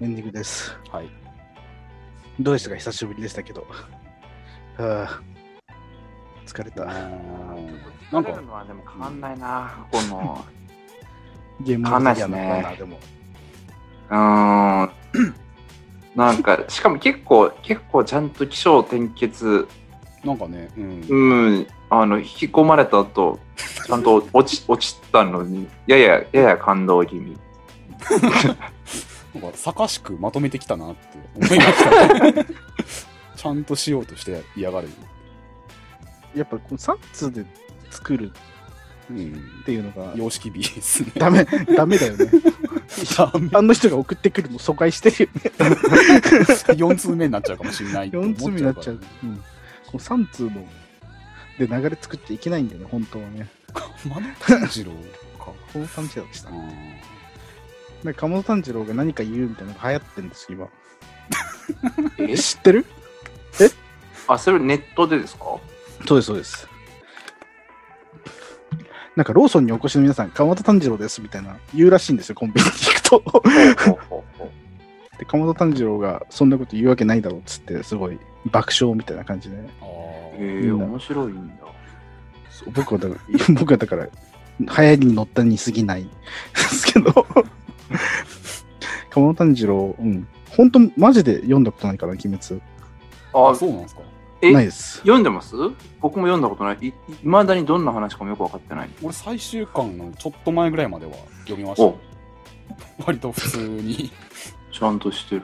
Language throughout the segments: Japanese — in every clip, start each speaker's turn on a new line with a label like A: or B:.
A: エンディングです。
B: はい。
A: どうでしたか久しぶりでしたけど。はあ、疲れた。
B: な
C: なんん
B: か
C: か。のはでも変わんないな、この。
A: ゲーム
C: わかんないっ
A: の
C: すね
A: コーナーでも。
C: うーん。なんか、しかも結構、結構ちゃんと起承転結、
B: なんかね、うん。
C: うん、あの、引き込まれた後、ちゃんと落ち、落ちたのに、やや、やや感動気味。
B: なんか、さかしくまとめてきたなって思いました、 ね。ちゃんとしようとして嫌がる。
A: やっぱこの3つで作る
B: うん
A: っ。ていうのが
B: 様式美ですね。
A: ダメ、 ダメだよね。
B: ダメ。
A: あの人が送ってくるの疎開してるよね。
B: 4通目になっちゃうかもしれないって思
A: 4
B: ち
A: 通
B: ゃうから
A: になっちゃう。うん、この3通ので流れ作っちゃいけないんだよね、本当はね。
B: 熊野炭治郎か。
A: この感じでした
B: う。ん
A: なんか、鴨野炭治郎が何か言うみたいなのが流行ってんですよ、
C: え
A: 今。知ってる
C: あ、それネットでですか
A: そうです、そうです。なんか、ローソンにお越しの皆さん、鎌田炭治郎ですみたいな言うらしいんですよ、コンビニに行くと。
C: ほうほうほう
A: で、鎌田炭治郎がそんなこと言うわけないだろうっつって、すごい爆笑みたいな感じで。
B: あ
C: え
B: ー
C: ー、面白いんだ。
A: そう僕はだから、 僕はだから、流行りに乗ったに過ぎないですけど、鎌田炭治郎、うん。本当マジで読んだことないから、鬼滅。
C: あ
B: あ、、そうなんですか。
C: え
A: ないです。
C: 読んでます僕も読んだことない。いいまだにどんな話かもよく分かってない。
B: 俺、最終巻のちょっと前ぐらいまでは読みまし
C: お
B: た。割と普通に。
C: ちゃんとしてる。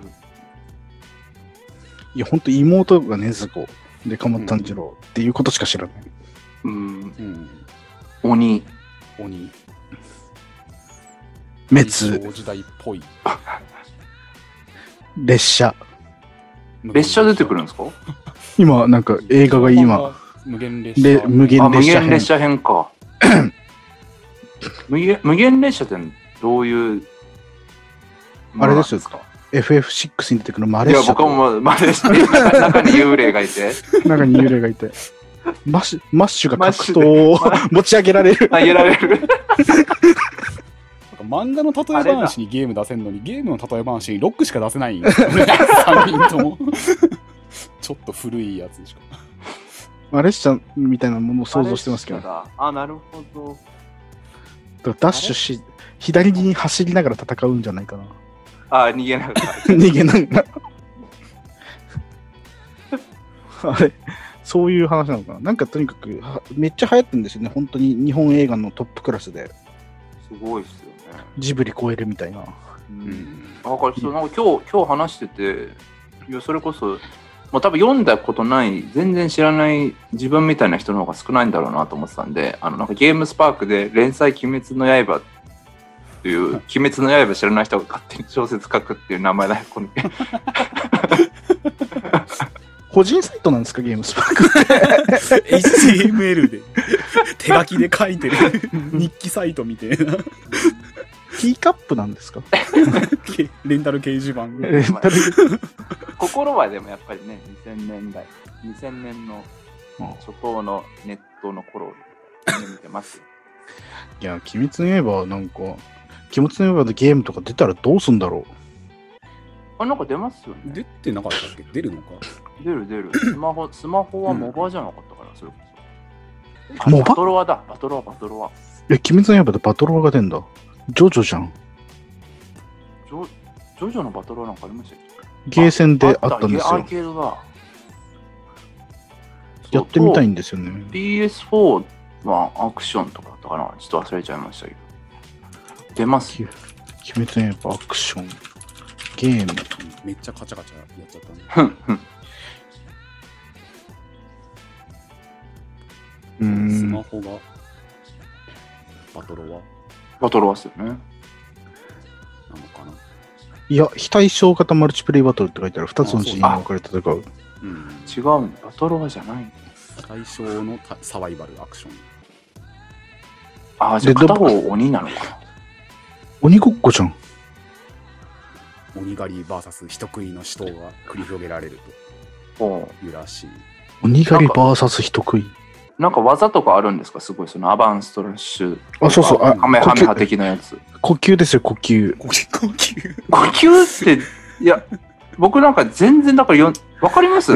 A: いや、本当妹が禰豆子で、鎌田炭治郎っていうことしか知らない。
C: うん、
B: うん。
C: 鬼。
B: 鬼。
A: 滅、
B: 大時代っぽい。
A: 列車。
C: 列車出てくるんですか
A: 今、なんか映画が今、。
B: 無限列車。
A: で無限
C: あ、無
A: 列車
C: 限
A: 編
C: 列。車 編か。無限無限列車ってどういう
A: あれですよ
C: ものなん
A: FF6 に出てくるマ
C: い
A: レー
C: や、
A: シア
C: 僕はもう、まあ、列車 中に幽霊がいて、
A: 中に幽霊がいて、マッシュマッシュが格闘を 持ち上げられる。
C: 投げられる。
B: なんか漫画の例え話にゲーム出せんのに、ゲームの例え話にロックしか出せないんですよ ね。3人とも。ちょっと古いやつでしか。
A: マレーシアみたいなもの を想像してますけど、だか
C: ど。あ、なるほど。
A: らダッシュし、左に走りながら戦うんじゃないかな。
C: あ、逃げながら。
A: 逃げながら。 あれそういう話なのかななんかとにかくはめっちゃ流行ってるんですよね本当に日本映画のトップクラスです
C: ごいっすよね。
A: ジブリ超えるみたいな
C: うん。だから、そうなんか今日、今日話してて、いや、それこそ、もう多分読んだことない、全然知らない自分みたいな人の方が少ないんだろうなと思ってたんで、あの、なんかゲームスパークで連載鬼滅の刃っていう、 鬼滅の刃知らない人が勝手に小説書くっていう名前だよ、この
A: 個人サイトなんですかゲームスパ ーク
D: HTML で手書きで書いてる日記サイトみたいな
A: ティーカップなんですか
D: レンタル掲示板
A: えー誰
C: 心はでもやっぱりね、2000年代、2000年の初頭のネットの頃を見てます。
A: いや、鬼滅の刃はなんか、鬼滅の刃でゲームとか出たらどうすんだろ
C: あ、なんか出ますよね。
D: 出てなかったっけ出るのか
C: 出 る出る。スマホ、スマホはモバじゃなかったから、それこそ。あ
A: モバ
C: バトロワだ、バトロワ、バトロワ。
A: う。え、鬼滅の刃でバトロワが出んだ。ジョジョじゃん。
C: ジョジョジョのバトロワなんかありましたっけ
A: ゲーセンであったんです
C: ゲーアー
A: よ。
C: ケードだ。
A: やってみたい
C: そう。
A: んですよね。
C: PS4 はアクションとかだったかな。ちょっと忘れちゃいましたけど。出ますよ。
A: 鬼滅の刃アクション。ゲーム。
D: めっちゃカチャカチャやっちゃったね
A: うー
D: ス
A: ん
D: マ。ホがバトロは
C: バトロワっすよね。
D: なのかない
A: や、非対称型マルチプレイバトルって書いてある。二つの陣営に分かれて戦う。
D: うん
C: 違うんだバトロワじゃない。
D: 対象のたサバイバルアクション
C: あー、じゃあ
A: レッド
C: 片方鬼なのかな。
A: 鬼ごっこじゃん。
D: 鬼狩り VS 人食いの死闘が繰り広げられる
C: おう
D: というらしい
A: 鬼狩り VS 人食い。
C: なんか技とかあるんですかすごい、そのアバンストラッシュ。
A: あ、そうそう。あ
C: ハメ
A: 呼
C: ハメハ
A: 吸
C: 的なやつ。
A: 呼吸ですよ、呼吸。
D: 呼吸
C: 呼吸っていや、僕なんか全然、だからよ、わかります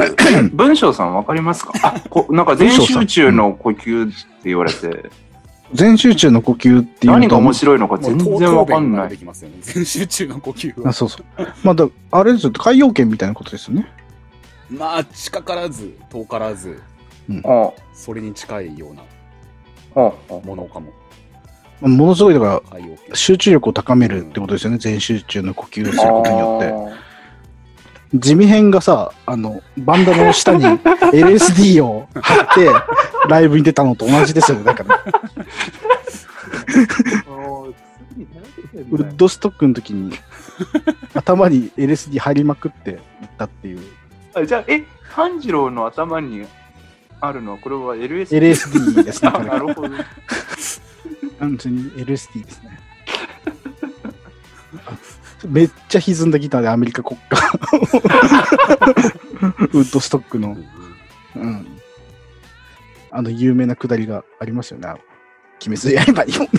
C: 文章さんわかりますかあこなんか全集中の呼吸って言われて、
A: 全集中の呼吸っていう
C: 何
A: のと
C: が面白いのか全然わかん
B: もう東京弁が出
C: な
B: て
C: い。
B: きますよね。全集中の呼吸
A: あ
B: は。
A: そうそう。まあだ、あれですよ、海洋圏みたいなことですよね。
B: まあ、近からず、遠からず、
C: あ
B: それに近いような
C: あ、ああ、
B: ものかも。
A: まあものすごい、だか
B: 海洋圏
A: ら、集中力を高めるってことですよね。全集中の呼吸をすることによって。
C: あー
A: 地味編がさ、あの、バンダナの下 に LSD を貼って、ライブに出たのと同じですよね。だから、ウッドストックの時に、頭に LSD 入りまくっていったっていう。
C: あじゃあ、え、炭治郎の頭にあるのは、これは LS。
A: LSD ですね。
C: あ
A: これ
C: なるほど。
A: 完全に LSD ですね。めっちゃ歪んだギターでアメリカ国歌。 ウッドストックの、うん、あの有名なくだりがありますよね。鬼滅やればいいもんね。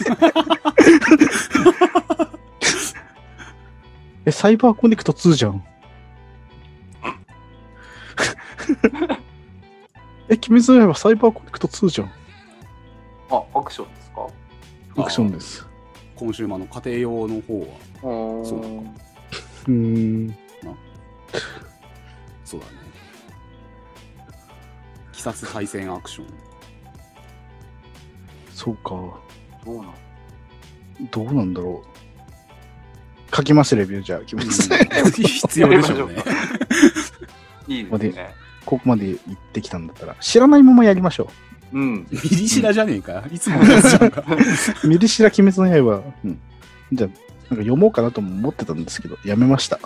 A: え、サイバーコネクト2じゃん。 え、鬼滅の刃サイバーコネクト2じゃん。
C: あ、アクションですか
A: アクションです。
B: コンシューマーの家庭用の方は、
C: そ
B: そう
A: うーん。
B: そうだね。鬼殺対戦アク ション。
A: そうか。
C: どうなの
A: どうなんだろう。書きます、レビューじゃあ、きま
B: うん
A: す。
B: 必要でしょうね。
C: いいですね。
A: ここまで行ってきたんだったら、知らないままやりましょ
C: うん。
B: ミリシラじゃねえか。いつものやつじゃ んか。
A: う。ミリシラ鬼滅の刃、うん、じゃあ、なんか読もうかなとも思ってたんですけど、やめました。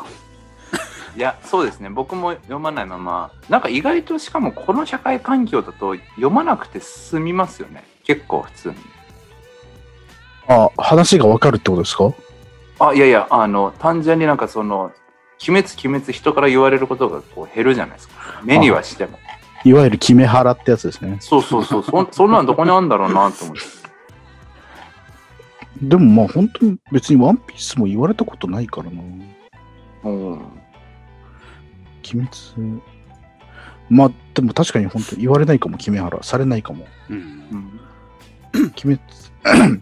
C: いや、そうですね。僕も読まないまま。なんか意外と、しかもこの社会環境だと、読まなくて済みますよね。結構普通に。
A: あ、話がわかるってことですか
C: あ、いやいや、あの、単純になんかその、鬼滅、鬼滅、人から言われることがこう減るじゃないですか。目にはしても。
A: いわゆるキメハラってやつですね。
C: そうそうそう。そそんなんどこにあんだろうなと思って。
A: でもまあ、本当に別にワンピースも言われたことないからな。
C: うん。
A: 鬼滅。まあ、でも確かに本当言われないかも、キメハラ。されないかも。
B: うん
C: うん
A: 鬼滅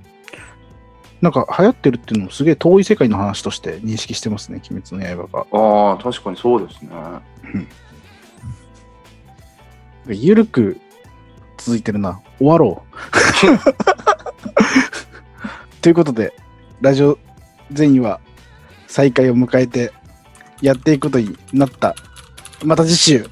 A: なんか流行ってるっていうのもすげえ遠い世界の話として認識してますね、鬼滅の刃が。
C: ああ、確かにそうですね。
A: ゆるく続いてるな。終わろ う。ということで、ラジオ全員は再開を迎えてやっていくことになった。また次週。